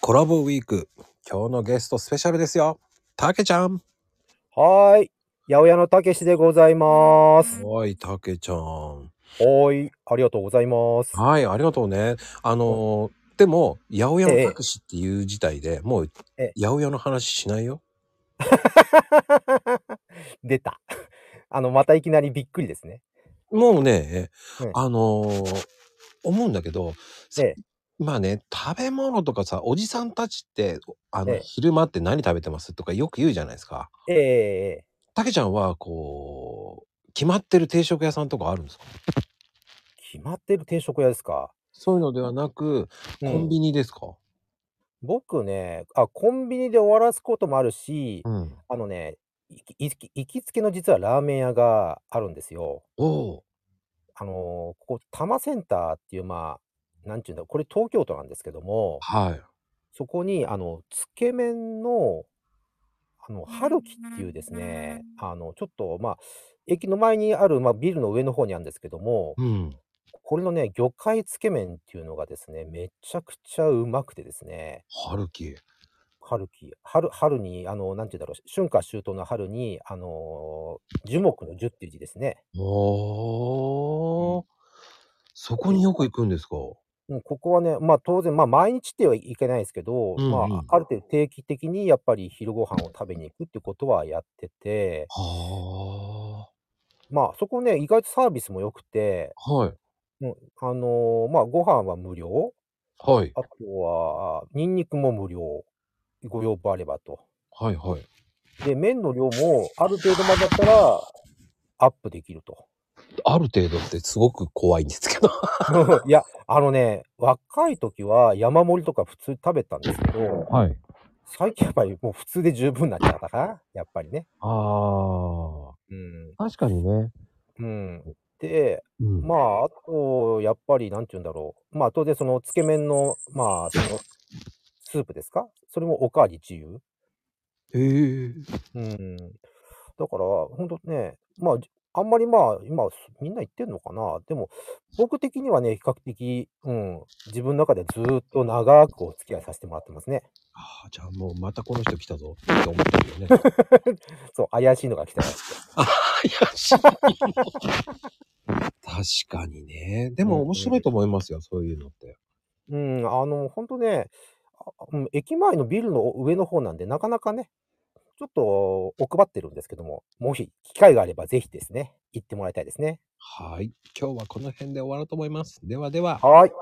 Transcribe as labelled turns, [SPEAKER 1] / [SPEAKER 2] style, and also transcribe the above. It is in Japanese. [SPEAKER 1] コラボウィーク。今日のゲストスペシャルですよ。たけちゃん。
[SPEAKER 2] はーい。八百屋のたけしでございます。
[SPEAKER 1] おい、たけちゃん。
[SPEAKER 2] はーい。ありがとうございます。
[SPEAKER 1] はい、ありがとうね。あのーでも、八百屋のたけしっていう事態で、もう、
[SPEAKER 2] え
[SPEAKER 1] 八百屋の話しないよ。
[SPEAKER 2] 出た。 あの、またいきなりびっくりですね。
[SPEAKER 1] もうね、
[SPEAKER 2] うん
[SPEAKER 1] あのー思うんだけど、さ
[SPEAKER 2] ええ
[SPEAKER 1] まあね、食べ物とかさ、おじさんたちって、あの、
[SPEAKER 2] ええ
[SPEAKER 1] 昼間って何食べてますとかよく言うじゃないですか。
[SPEAKER 2] ええ
[SPEAKER 1] たけちゃんは、こう、決まってる定食屋さんとかあるんですか
[SPEAKER 2] 決まってる定食屋ですか。
[SPEAKER 1] そういうのではなく、
[SPEAKER 2] うん
[SPEAKER 1] コンビニですか、
[SPEAKER 2] 僕ね、あ、コンビニで終わらすこともあるし、
[SPEAKER 1] うん。
[SPEAKER 2] あのね、行き行き行きつけの実はラーメン屋があるんですよ。
[SPEAKER 1] おお
[SPEAKER 2] あのーここ、多摩センターっていう、まあ、なんていうんだ、これ東京都なんですけども、
[SPEAKER 1] はい。
[SPEAKER 2] そこに、あの、つけ麺の、あの、春樹っていうですね、あの、ちょっと、まあ、駅の前にある、まあ、ビルの上の方にあるんですけども、
[SPEAKER 1] うん。
[SPEAKER 2] これのね、魚介つけ麺っていうのがですね、めちゃくちゃうまくてですね、
[SPEAKER 1] 春樹。
[SPEAKER 2] 春樹、春、春に、あの、なんて言うんだろう、春夏秋冬の春に、あのー樹木の樹っていう字ですね。
[SPEAKER 1] おお、そこによく行くんですか
[SPEAKER 2] うん、ここはね、まあ当然、まあ毎日ってはいけないですけ
[SPEAKER 1] う
[SPEAKER 2] ど、
[SPEAKER 1] んうん
[SPEAKER 2] まあある程度定期的にやっぱり昼ご飯を食べに行くってことはやってて、
[SPEAKER 1] は
[SPEAKER 2] まあそこね、意外とサービスも良くて、
[SPEAKER 1] あ。はい。
[SPEAKER 2] うんあのーまあご飯は無料、
[SPEAKER 1] はい。
[SPEAKER 2] あとは、ニンニクも無料、ご要望あればと。
[SPEAKER 1] はいはい。
[SPEAKER 2] で、麺の量もある程度までだったら、アップできると。
[SPEAKER 1] ある程度ってすごく怖いんですけど。
[SPEAKER 2] いや、あのね、若い時は山盛りとか普通に食べたんですけど、
[SPEAKER 1] はい。
[SPEAKER 2] 最近やっぱりもう普通で十分になっちゃったから、やっぱりね。
[SPEAKER 1] あ
[SPEAKER 2] うん。
[SPEAKER 1] あ。確かにね。
[SPEAKER 2] うん。で、
[SPEAKER 1] うん。
[SPEAKER 2] まあ、あと、やっぱり、なんて言うんだろう。まあ、当然、その、つけ麺の、まあ、その、スープですかそれもおかわり自由。
[SPEAKER 1] へえ。
[SPEAKER 2] うん。だから、本当ね、まあ、じあんまりまあ、今、みんな言ってんのかな。でも、僕的にはね、比較的、うん、自分の中ではずーっと長くお付き合いさせてもらってますね。
[SPEAKER 1] ああ、じゃあもうまたこの人来たぞって思ってるよ ね。
[SPEAKER 2] そう、怪しいのが来たら。
[SPEAKER 1] 怪しい。確かにね。でも面白いと思いますよ、そういうのって。
[SPEAKER 2] うん、あの、本当ね、あうん駅前のビルの上の方なんで、なかなかね、ちょっと奥張ってるんですけども、もし機会があればぜひですね、行ってもらいたいですね。
[SPEAKER 1] はい。今日はこの辺で終わろうと思います。ではでは。
[SPEAKER 2] はーい。